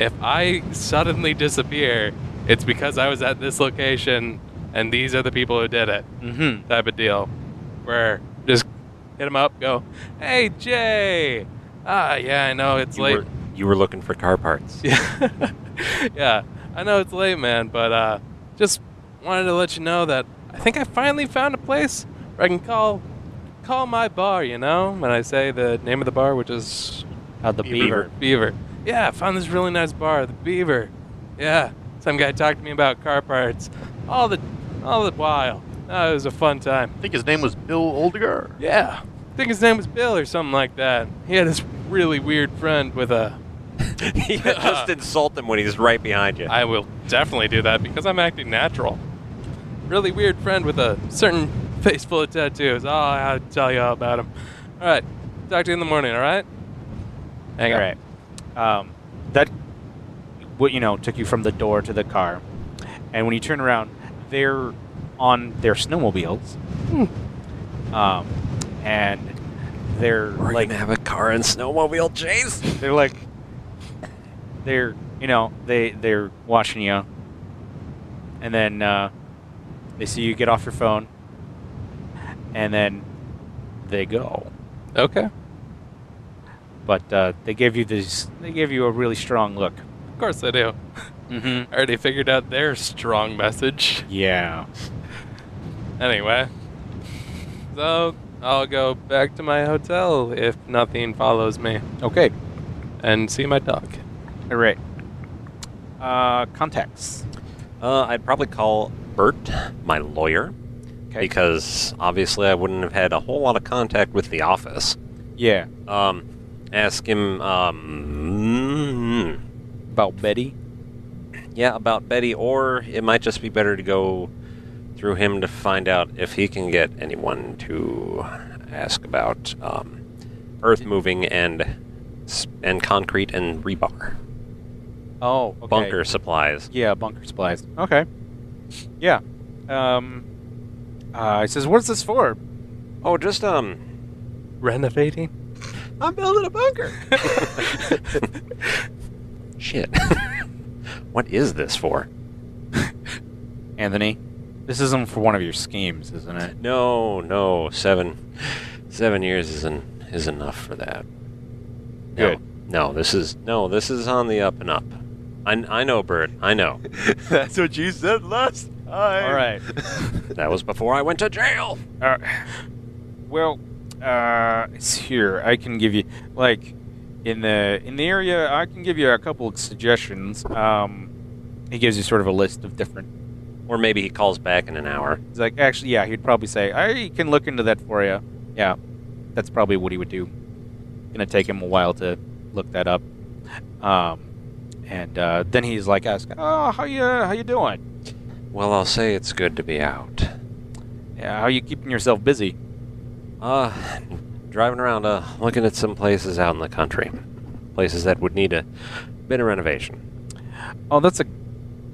Speaker 6: if I suddenly disappear, it's because I was at this location, and these are the people who did it,
Speaker 3: Mm-hmm.
Speaker 6: type of deal. Where just hit him up, go, hey Jay, ah yeah, I know it's
Speaker 5: You
Speaker 6: late.
Speaker 5: were, you were looking for car parts.
Speaker 6: Yeah. yeah. I know it's late, man, but uh, just wanted to let you know that I think I finally found a place where I can call call my bar, you know? When I say the name of the bar, which is
Speaker 3: Uh, the beaver.
Speaker 6: Beaver. Yeah, I found this really nice bar, the Beaver. Yeah. Some guy talked to me about car parts all the all the while. Oh, it was a fun time.
Speaker 2: I think his name was Bill Oldegar.
Speaker 6: Yeah. I think his name was Bill or something like that. He had this really weird friend with a
Speaker 5: Yeah, just insult him when he's right behind you.
Speaker 6: I will definitely do that because I'm acting natural. Really weird friend with a certain face full of tattoos. Oh, I'll tell you all about him. All right, talk to you in the morning. All right. Hang on.
Speaker 3: All right. Um, that, what you know, took you from the door to the car, and when you turn around, they're on their snowmobiles, um, and they're
Speaker 5: We're
Speaker 3: like
Speaker 5: gonna have a car and snowmobile chase.
Speaker 3: they're like they're you know they they're watching you, and then uh, they see you get off your phone, and then they go.
Speaker 6: Okay.
Speaker 3: But uh, they gave you this. They gave you a really strong look.
Speaker 6: Of course I do.
Speaker 3: Mm-hmm.
Speaker 6: I already figured out their strong message.
Speaker 3: Yeah.
Speaker 6: Anyway. So, I'll go back to my hotel if nothing follows me
Speaker 3: Okay.
Speaker 6: and see my dog.
Speaker 3: All right. Uh, contacts.
Speaker 5: Uh, I'd probably call Bert, my lawyer,
Speaker 3: Okay.
Speaker 5: because obviously I wouldn't have had a whole lot of contact with the office.
Speaker 3: yeah.
Speaker 5: Um, ask him, um,
Speaker 3: About Betty.
Speaker 5: yeah, about Betty, or it might just be better to go through him to find out if he can get anyone to ask about um, earth moving and s- and concrete and rebar
Speaker 3: Oh. Okay.
Speaker 5: bunker supplies.
Speaker 3: Yeah, bunker supplies. Okay. Yeah. Um. Uh, he says, "What's this for?"
Speaker 5: Oh, just um,
Speaker 6: Renovating?
Speaker 5: I'm building a bunker. Shit. what is this for?
Speaker 3: Anthony, this isn't for one of your schemes, isn't it?
Speaker 5: No, no, seven, seven years isn't is enough for that. No,
Speaker 3: Good.
Speaker 5: no, this is no, this is on the up and up. I, I know, Bert. I know.
Speaker 7: That's what you said last time.
Speaker 3: All right.
Speaker 5: That was before I went to jail.
Speaker 3: Uh, well, uh, it's here. I can give you like in the in the area. I can give you a couple of suggestions. Um, he gives you sort of a list of different
Speaker 5: Or maybe he calls back in an hour.
Speaker 3: He's like, actually, yeah, he'd probably say, I can look into that for you. Yeah, that's probably what he would do. Gonna take him a while to look that up. Um, and uh, then he's like, ask, oh, how you how you doing?
Speaker 5: Well, I'll say it's good to be out.
Speaker 3: Yeah, how you keeping yourself busy?
Speaker 5: Uh, driving around, uh, looking at some places out in the country, places that would need a bit of renovation.
Speaker 3: Oh, that's a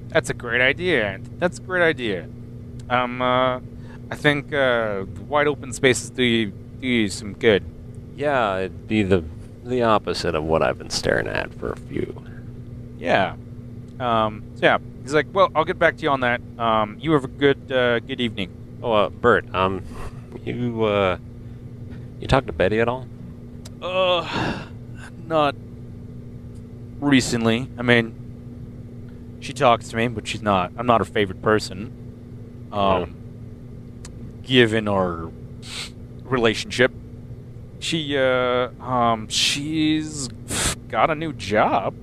Speaker 3: that's a great idea. That's a great idea. Um, uh, I think uh, wide open spaces do you do you some good.
Speaker 5: Yeah, it'd be the the opposite of what I've been staring at for a few.
Speaker 3: Yeah. Um, so yeah, he's like, well, I'll get back to you on that. Um, you have a good uh, good evening.
Speaker 5: Oh, uh, Bert, um, you, uh, you talked to Betty at all?
Speaker 3: Uh, not recently. I mean, she talks to me, but she's not. I'm not her favorite person. Um, given our relationship, she uh um she's got a new job.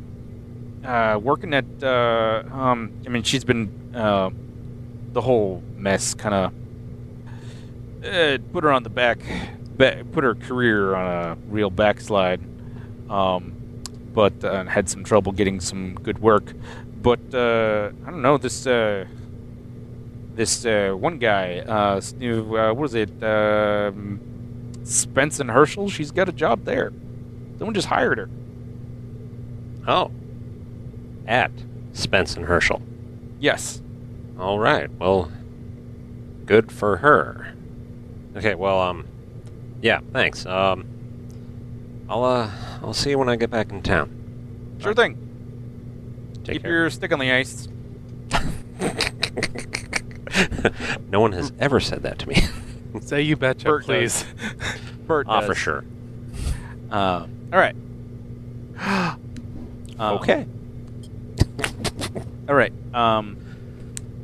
Speaker 3: Uh, working at uh um I mean she's been uh the whole mess kind of uh, put her on the back, ba put her career on a real backslide. Um, but uh, had some trouble getting some good work. But uh, I don't know this uh, this uh, one guy. Uh, s- you- uh, what is it? Um Spence and Herschel. She's got a job there. Someone just hired her.
Speaker 5: Oh. At Spence and Herschel.
Speaker 3: Yes.
Speaker 5: All right, well, good for her. Okay, well, um, yeah, thanks. Um, I'll, uh, I'll see you when I get back in town.
Speaker 3: Sure thing.
Speaker 5: Take
Speaker 3: Keep
Speaker 5: care.
Speaker 3: your stick on the ice.
Speaker 5: no one has ever said that to me.
Speaker 6: Say you betcha,
Speaker 3: Bert
Speaker 6: please.
Speaker 3: Bert
Speaker 5: Ah, for
Speaker 3: does.
Speaker 5: sure.
Speaker 3: Uh, all right. Um,
Speaker 5: okay.
Speaker 3: All right. Um,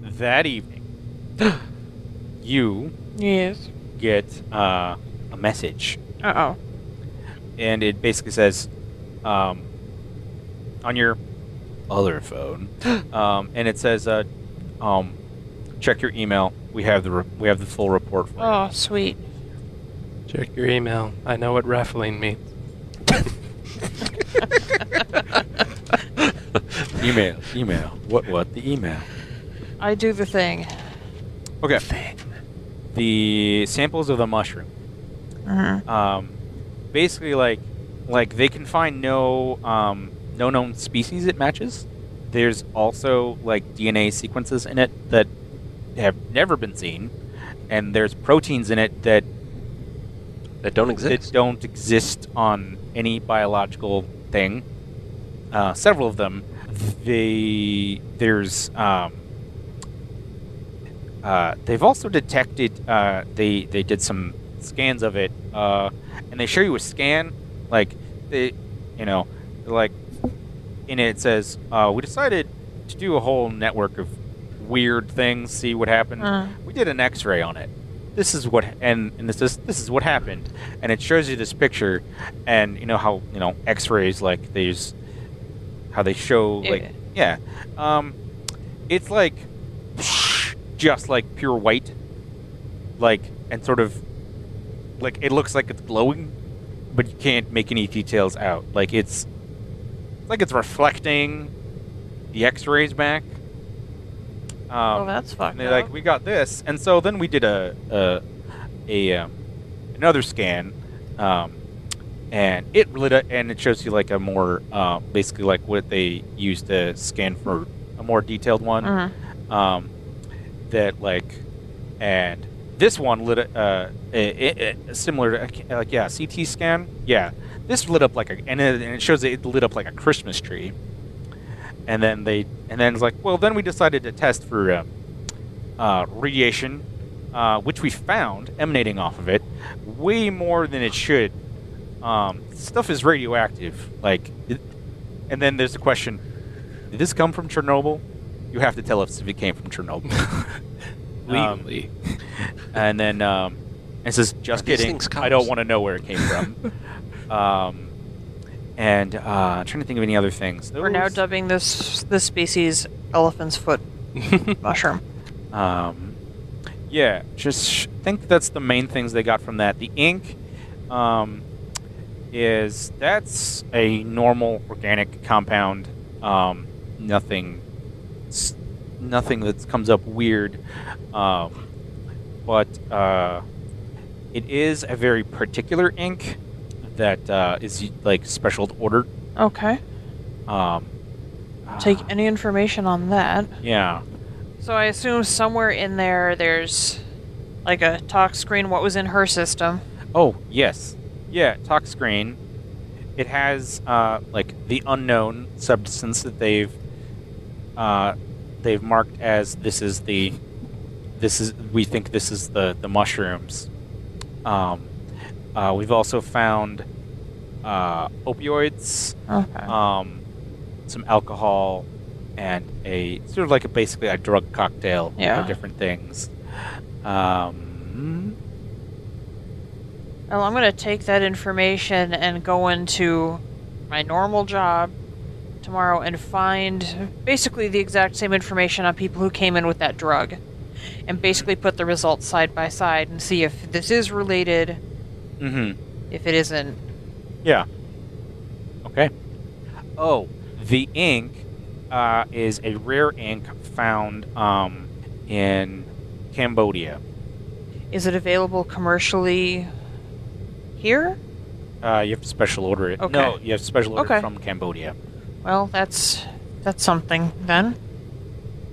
Speaker 3: that evening, you
Speaker 4: Yes.
Speaker 3: get uh, a message,
Speaker 4: Uh oh.
Speaker 3: and it basically says, um, on your other phone, um, and it says, uh, um, check your email. We have the re- we have the full report for you.
Speaker 4: Oh, sweet.
Speaker 6: Check your email. I know what raffling means.
Speaker 3: Email, email. What? What? The email.
Speaker 4: I do the thing.
Speaker 3: Okay. The samples of the mushroom.
Speaker 4: Mhm.
Speaker 3: um, basically like like they can find no um, no known species it matches. There's also like DNA sequences in it that have never been seen, and there's proteins in it that
Speaker 5: That don't
Speaker 3: that
Speaker 5: exist.
Speaker 3: don't exist on any biological thing. Uh, several of them. They there's um, uh, they've also detected. Uh, they they did some scans of it, uh, and they show you a scan like they you know they're like and it says uh, we decided to do a whole network of weird things see what happened
Speaker 4: Uh.
Speaker 3: we did an x-ray on it this is what and, and this is this is what happened and it shows you this picture and you know how you know x-rays like they use how they show like yeah um it's like just like pure white like and sort of like it looks like it's glowing but you can't make any details out like it's like it's reflecting the x-rays back um,
Speaker 4: oh, that's fucked.
Speaker 3: and they're like,
Speaker 4: up.
Speaker 3: we got this, and so then we did a a, a um, another scan, um, and it really do- and it shows you like a more uh, basically like what they used to scan for a more detailed one
Speaker 4: Mhm.
Speaker 3: um, that like and this one lit a- uh, it, it, similar to a ca- like yeah CT scan yeah this lit up like a and it, and it shows it lit up like a Christmas tree and then they and then it's like well then we decided to test for um, uh, radiation uh, which we found emanating off of it way more than it should um, stuff is radioactive like it, and then there's the question did this come from Chernobyl you have to tell us if it came from Chernobyl Um,
Speaker 6: Legally.
Speaker 3: and then um, and says, "Just
Speaker 5: Are these
Speaker 3: kidding.
Speaker 5: things
Speaker 3: I don't
Speaker 5: cops?"
Speaker 3: want to know where it came from." um, and uh, I'm trying to think of any other things.
Speaker 4: We're now
Speaker 3: Those-
Speaker 4: dubbing this this species elephant's foot mushroom.
Speaker 3: Um, yeah, just sh- think that's the main things they got from that. The ink um, is that's a normal organic compound. Um, nothing, s- nothing that comes up weird. Um, but uh, it is a very particular ink that uh, is y- like special order.
Speaker 4: Okay.
Speaker 3: Um,
Speaker 4: Take
Speaker 3: uh,
Speaker 4: any information on that.
Speaker 3: yeah.
Speaker 4: So I assume somewhere in there there's like a talk screen what was in her system.
Speaker 3: Oh yes, yeah. Talk screen. It has uh, like the unknown substance that they've uh, they've marked as this is the this is we think this is the the mushrooms. Um, uh, we've also found uh, opioids,
Speaker 4: Okay.
Speaker 3: um, some alcohol, and a sort of like a basically a drug cocktail
Speaker 4: Yeah.
Speaker 3: of different things. Um,
Speaker 4: Well, I'm going to take that information and go into my normal job tomorrow and find basically the exact same information on people who came in with that drug and basically put the results side by side and see if this is related,
Speaker 3: mhm.
Speaker 4: if it isn't.
Speaker 3: Yeah. Okay. Oh, the ink uh, is a rare ink found um, in Cambodia.
Speaker 4: Is it available commercially here?
Speaker 3: Uh, you have to special order it. No,
Speaker 4: Okay.
Speaker 3: you have to special order
Speaker 4: Okay.
Speaker 3: it from Cambodia.
Speaker 4: Well, that's that's something then.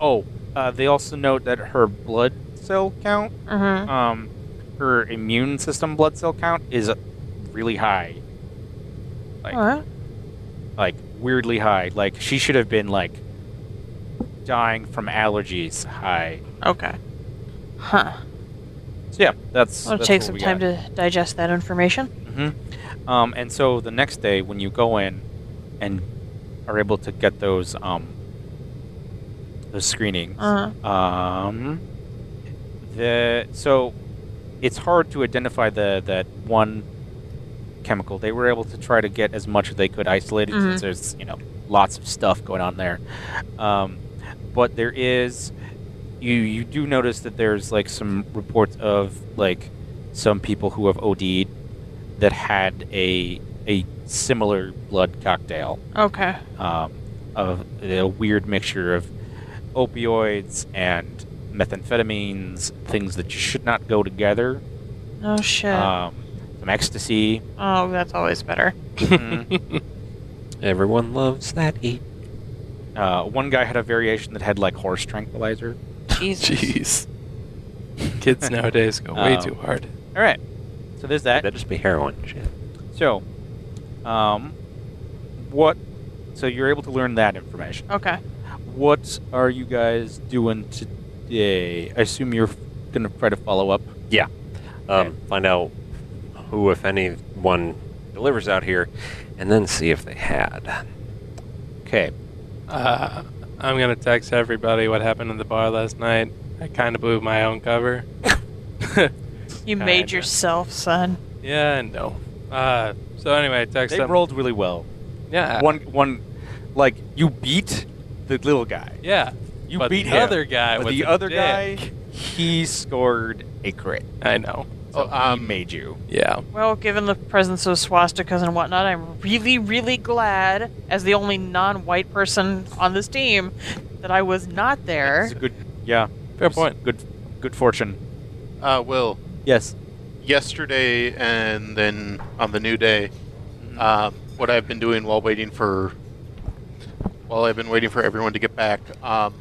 Speaker 3: Oh, uh, they also note that her blood cell count,
Speaker 4: Mhm.
Speaker 3: um, her immune system blood cell count is really high. Like,
Speaker 4: All right.
Speaker 3: like weirdly high. Like she should have been like dying from allergies high.
Speaker 4: Okay. Huh.
Speaker 3: So yeah, that's.
Speaker 4: I'm going to
Speaker 3: that's
Speaker 4: take
Speaker 3: what
Speaker 4: some
Speaker 3: we
Speaker 4: time
Speaker 3: got.
Speaker 4: to digest that information.
Speaker 3: hmm Um, and so the next day, when you go in and are able to get those um, those screenings,
Speaker 4: Uh,
Speaker 3: um, the so it's hard to identify the that one chemical. They were able to try to get as much as they could isolated
Speaker 4: Mhm.
Speaker 3: since there's you know lots of stuff going on there. Um, but there is you you do notice that there's like some reports of like some people who have OD'd that had a a similar blood cocktail
Speaker 4: okay.
Speaker 3: um, of a weird mixture of opioids and methamphetamines, things that you should not go together.
Speaker 4: Oh shit.
Speaker 3: Um, some ecstasy.
Speaker 4: Oh, that's always better.
Speaker 5: Everyone loves that E. eat.
Speaker 3: Uh, one guy had a variation that had like horse tranquilizer.
Speaker 4: Jesus.
Speaker 6: Jeez. Kids nowadays go way
Speaker 3: Um,
Speaker 6: too hard.
Speaker 3: All right, so there's that.
Speaker 5: That'd just be heroin shit.
Speaker 3: So, um, what? So you're able to learn that information.
Speaker 4: Okay.
Speaker 3: What are you guys doing today? I assume you're gonna try to follow up.
Speaker 5: Um,
Speaker 3: Okay.
Speaker 5: Find out who, if anyone, delivers out here, and then see if they had.
Speaker 3: Okay.
Speaker 6: Uh, I'm gonna text everybody what happened at the bar last night. I kind of blew my own cover.
Speaker 4: You made
Speaker 6: Kinda.
Speaker 4: yourself, son.
Speaker 6: yeah, and no. Uh, so anyway, I text
Speaker 3: They
Speaker 6: them.
Speaker 3: rolled really well.
Speaker 6: yeah,
Speaker 3: One, one, like you beat the little guy.
Speaker 6: yeah.
Speaker 3: You
Speaker 6: but
Speaker 3: beat
Speaker 6: the
Speaker 3: him.
Speaker 6: other guy.
Speaker 3: But
Speaker 6: with
Speaker 3: the other
Speaker 6: dick.
Speaker 3: guy, he scored a crit.
Speaker 6: I know.
Speaker 3: So
Speaker 6: Oh,
Speaker 3: he made you.
Speaker 6: Yeah.
Speaker 4: Well, given the presence of swastikas and whatnot, I'm really, really glad, as the only non white person on this team, that I was not there.
Speaker 3: It's a good, yeah.
Speaker 6: Fair
Speaker 3: it's
Speaker 6: point.
Speaker 3: Good, good fortune.
Speaker 2: Uh, Will,
Speaker 3: Yes.
Speaker 2: yesterday and then on the new day, um, what I've been doing while waiting for, while I've been waiting for everyone to get back, um,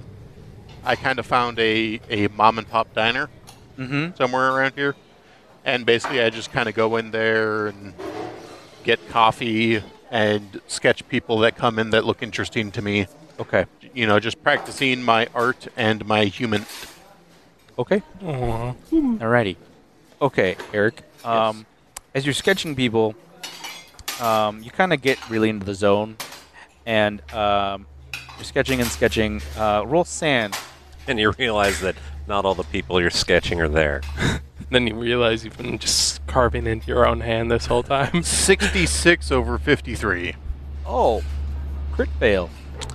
Speaker 2: I kind of found a, a mom and pop diner
Speaker 3: Mm-hmm.
Speaker 2: somewhere around here, and basically I just kind of go in there and get coffee and sketch people that come in that look interesting to me.
Speaker 3: Okay.
Speaker 2: You know, just practicing my art and my human.
Speaker 3: Okay. Uh-huh.
Speaker 6: Aw.
Speaker 3: Alrighty. Okay, Eric. Um, As you're sketching people, um, you kind of get really into the zone, and um, you're sketching and sketching. Uh, roll sand.
Speaker 5: And you realize that not all the people you're sketching are there.
Speaker 6: Then you realize you've been just carving into your own hand this whole time.
Speaker 2: 66 over 53.
Speaker 3: Oh, crit fail.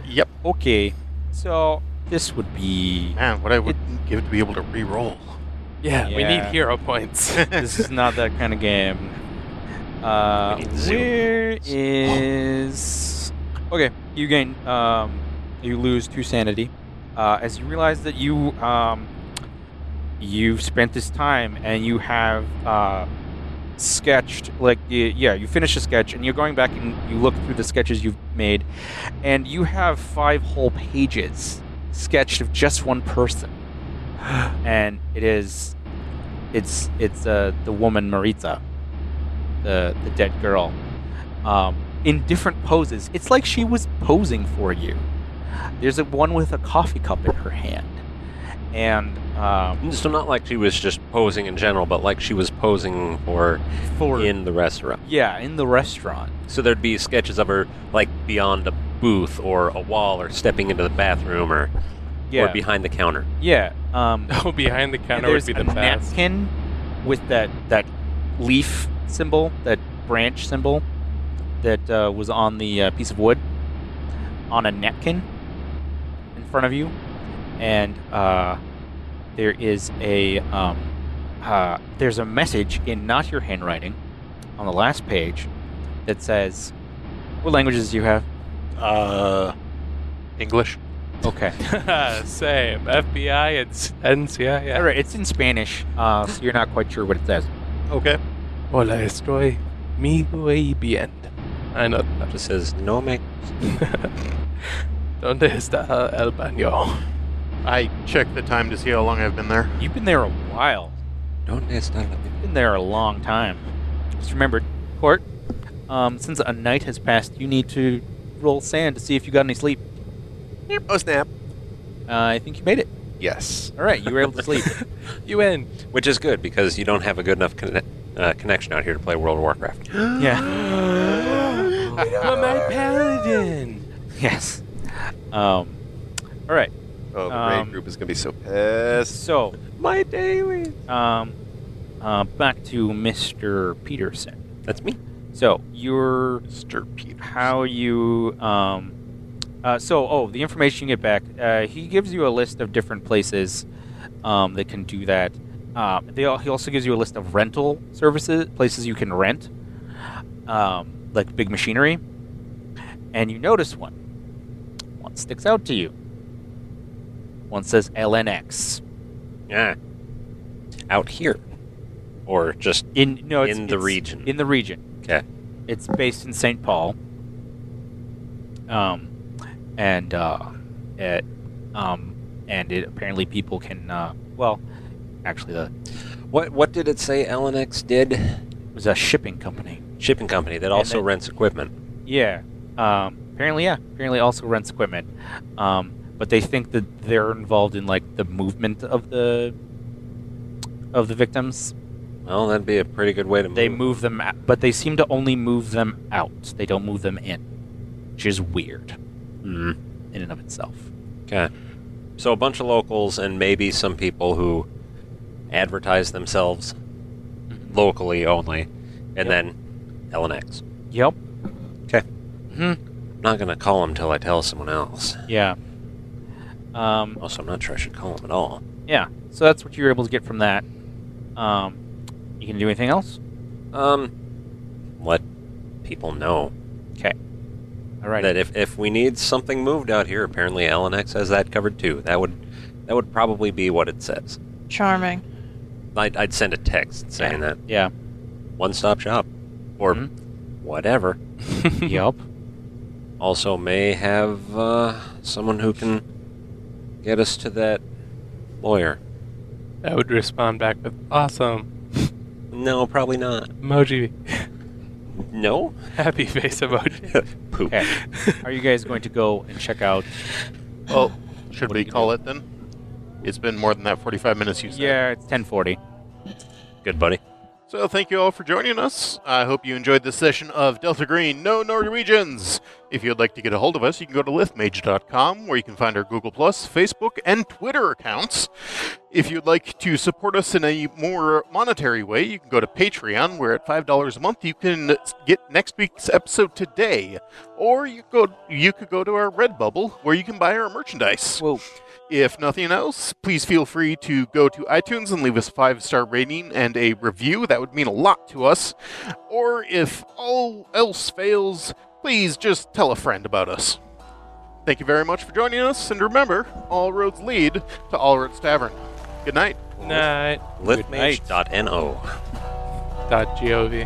Speaker 2: Yep.
Speaker 3: Okay, so this would be.
Speaker 2: Man, what I would give to be able to re-roll.
Speaker 6: Yeah, we need
Speaker 3: Yeah.
Speaker 6: hero points.
Speaker 3: This is not that kind of game. Uh,
Speaker 5: We need zero
Speaker 3: where is? Okay, you gain. Um, you lose two sanity, uh, as you realize that you um, you've spent this time and you have uh, sketched like y- yeah, you finish a sketch and you're going back and you look through the sketches you've made, and you have five whole pages sketched of just one person, and it is it's it's uh, the woman Maritza, the the dead girl, um, in different poses. It's like she was posing for you. There's a one with a coffee cup in her hand, and um,
Speaker 5: So not like she was just posing in general, but like she was posing for
Speaker 3: for
Speaker 5: in the restaurant.
Speaker 3: yeah, in the restaurant.
Speaker 5: So there'd be sketches of her like beyond a booth or a wall or stepping into the bathroom or
Speaker 3: Yeah,
Speaker 5: or behind the counter.
Speaker 3: yeah. Um,
Speaker 6: oh, behind the
Speaker 3: and
Speaker 6: counter would
Speaker 3: there's
Speaker 6: be
Speaker 3: a
Speaker 6: the best.
Speaker 3: napkin with that that leaf symbol, that branch symbol, that uh, was on the uh, piece of wood, on a napkin in front of you, and uh, there is a um, uh, there's a message in not your handwriting on the last page that says, "What languages do you have?"
Speaker 2: Uh, English.
Speaker 3: Okay,
Speaker 6: Same. FBI and s- NCIS.
Speaker 3: all right, it's in Spanish, uh, so you're not quite sure what it says.
Speaker 2: Okay.
Speaker 6: Hola, estoy muy bien. I know.
Speaker 5: It just says no make
Speaker 6: Donde está el baño?
Speaker 2: I checked the time to see how long I've been there.
Speaker 3: You've been there a while.
Speaker 5: don't está la
Speaker 3: been there a long time. Just remember, Court, um, since a night has passed, you need to roll sand to see if you got any sleep.
Speaker 7: Oh snap!
Speaker 3: Uh, I think you made it.
Speaker 7: Yes.
Speaker 3: All right, you were able to sleep.
Speaker 6: You win.
Speaker 5: Which is good because you don't have a good enough conne- uh, connection out here to play World of Warcraft.
Speaker 3: yeah.
Speaker 6: I'm my paladin.
Speaker 3: Yes. Um, all right.
Speaker 7: Oh, the
Speaker 3: Um,
Speaker 7: raid group is gonna be so pissed.
Speaker 3: So,
Speaker 5: My daily.
Speaker 3: um, uh, back to Mr. Peterson.
Speaker 5: That's me.
Speaker 3: So, you're
Speaker 7: Mr. Peter.
Speaker 3: how you um uh, so oh the information you get back uh, he gives you a list of different places um, that can do that uh, they al- he also gives you a list of rental services places you can rent um, like big machinery and you notice one one sticks out to you one says lnx
Speaker 5: Yeah. Out here. or just
Speaker 3: In no, it's,
Speaker 5: In the
Speaker 3: it's
Speaker 5: region.
Speaker 3: In the region.
Speaker 5: okay?
Speaker 3: It's based in St. Paul. Um, and uh, it, um, and it apparently people can uh, well, actually the
Speaker 5: What what did it say? LNX did
Speaker 3: it was a shipping company.
Speaker 5: shipping company that also
Speaker 3: then-
Speaker 5: rents equipment.
Speaker 3: Yeah. Um, apparently, yeah. Apparently, also rents equipment. Um, but they think that they're involved in like the movement of the of the victims.
Speaker 5: Well, that'd be a pretty good way to move.
Speaker 3: They move them, out, but they seem to only move them out. They don't move them in, which is weird
Speaker 5: Mm.
Speaker 3: in and of itself.
Speaker 5: Okay. So a bunch of locals and maybe some people who advertise themselves locally only, and
Speaker 3: Mm-hmm. Yep.
Speaker 5: then LNX.
Speaker 3: Yep.
Speaker 5: 'Kay.
Speaker 3: Hmm.
Speaker 5: I'm not gonna call him till I tell someone else.
Speaker 3: Yeah. Um,
Speaker 5: Also, I'm not sure I should call him at all.
Speaker 3: yeah. So that's what you were able to get from that. Um, you can do anything else?
Speaker 5: Um, let people know
Speaker 3: All right.
Speaker 5: that if, if we need something moved out here, apparently LNX has that covered too. That would that would probably be what it says.
Speaker 4: Charming.
Speaker 5: I'd, I'd send a text saying that
Speaker 3: Yeah.
Speaker 5: one stop shop or
Speaker 3: Mhm.
Speaker 5: whatever.
Speaker 3: yep.
Speaker 5: also may have uh, someone who can get us to that lawyer.
Speaker 6: I would respond back with awesome
Speaker 5: No, probably not.
Speaker 6: emoji,
Speaker 5: No?
Speaker 6: happy face emoji.
Speaker 5: Poop.
Speaker 3: Okay. Are you guys going to go and check out
Speaker 10: Well, should
Speaker 3: Oh. What do
Speaker 10: we
Speaker 3: you
Speaker 10: call
Speaker 3: do?
Speaker 10: it then? It's been more than that 45 minutes you said.
Speaker 3: Yeah, it's 1040.
Speaker 5: Good buddy.
Speaker 10: So thank you all for joining us. I hope you enjoyed this session of Delta Green No Norwegians. If you'd like to get a hold of us, you can go to lithmage.com where you can find our Google Plus, Facebook, and Twitter accounts. If you'd like to support us in a more monetary way, you can go to Patreon where at $5 a month you can get next week's episode today. Or you go you could go to our Redbubble where you can buy our merchandise.
Speaker 3: Whoa.
Speaker 10: If nothing else, please feel free to go to iTunes and leave us a five star rating and a review. That would mean a lot to us. Or if all else fails, please just tell a friend about us. Thank you very much for joining us, and remember, all roads lead to All Roads Tavern. Good night.
Speaker 6: Night.
Speaker 5: Lithmage.no.
Speaker 6: Dot gov.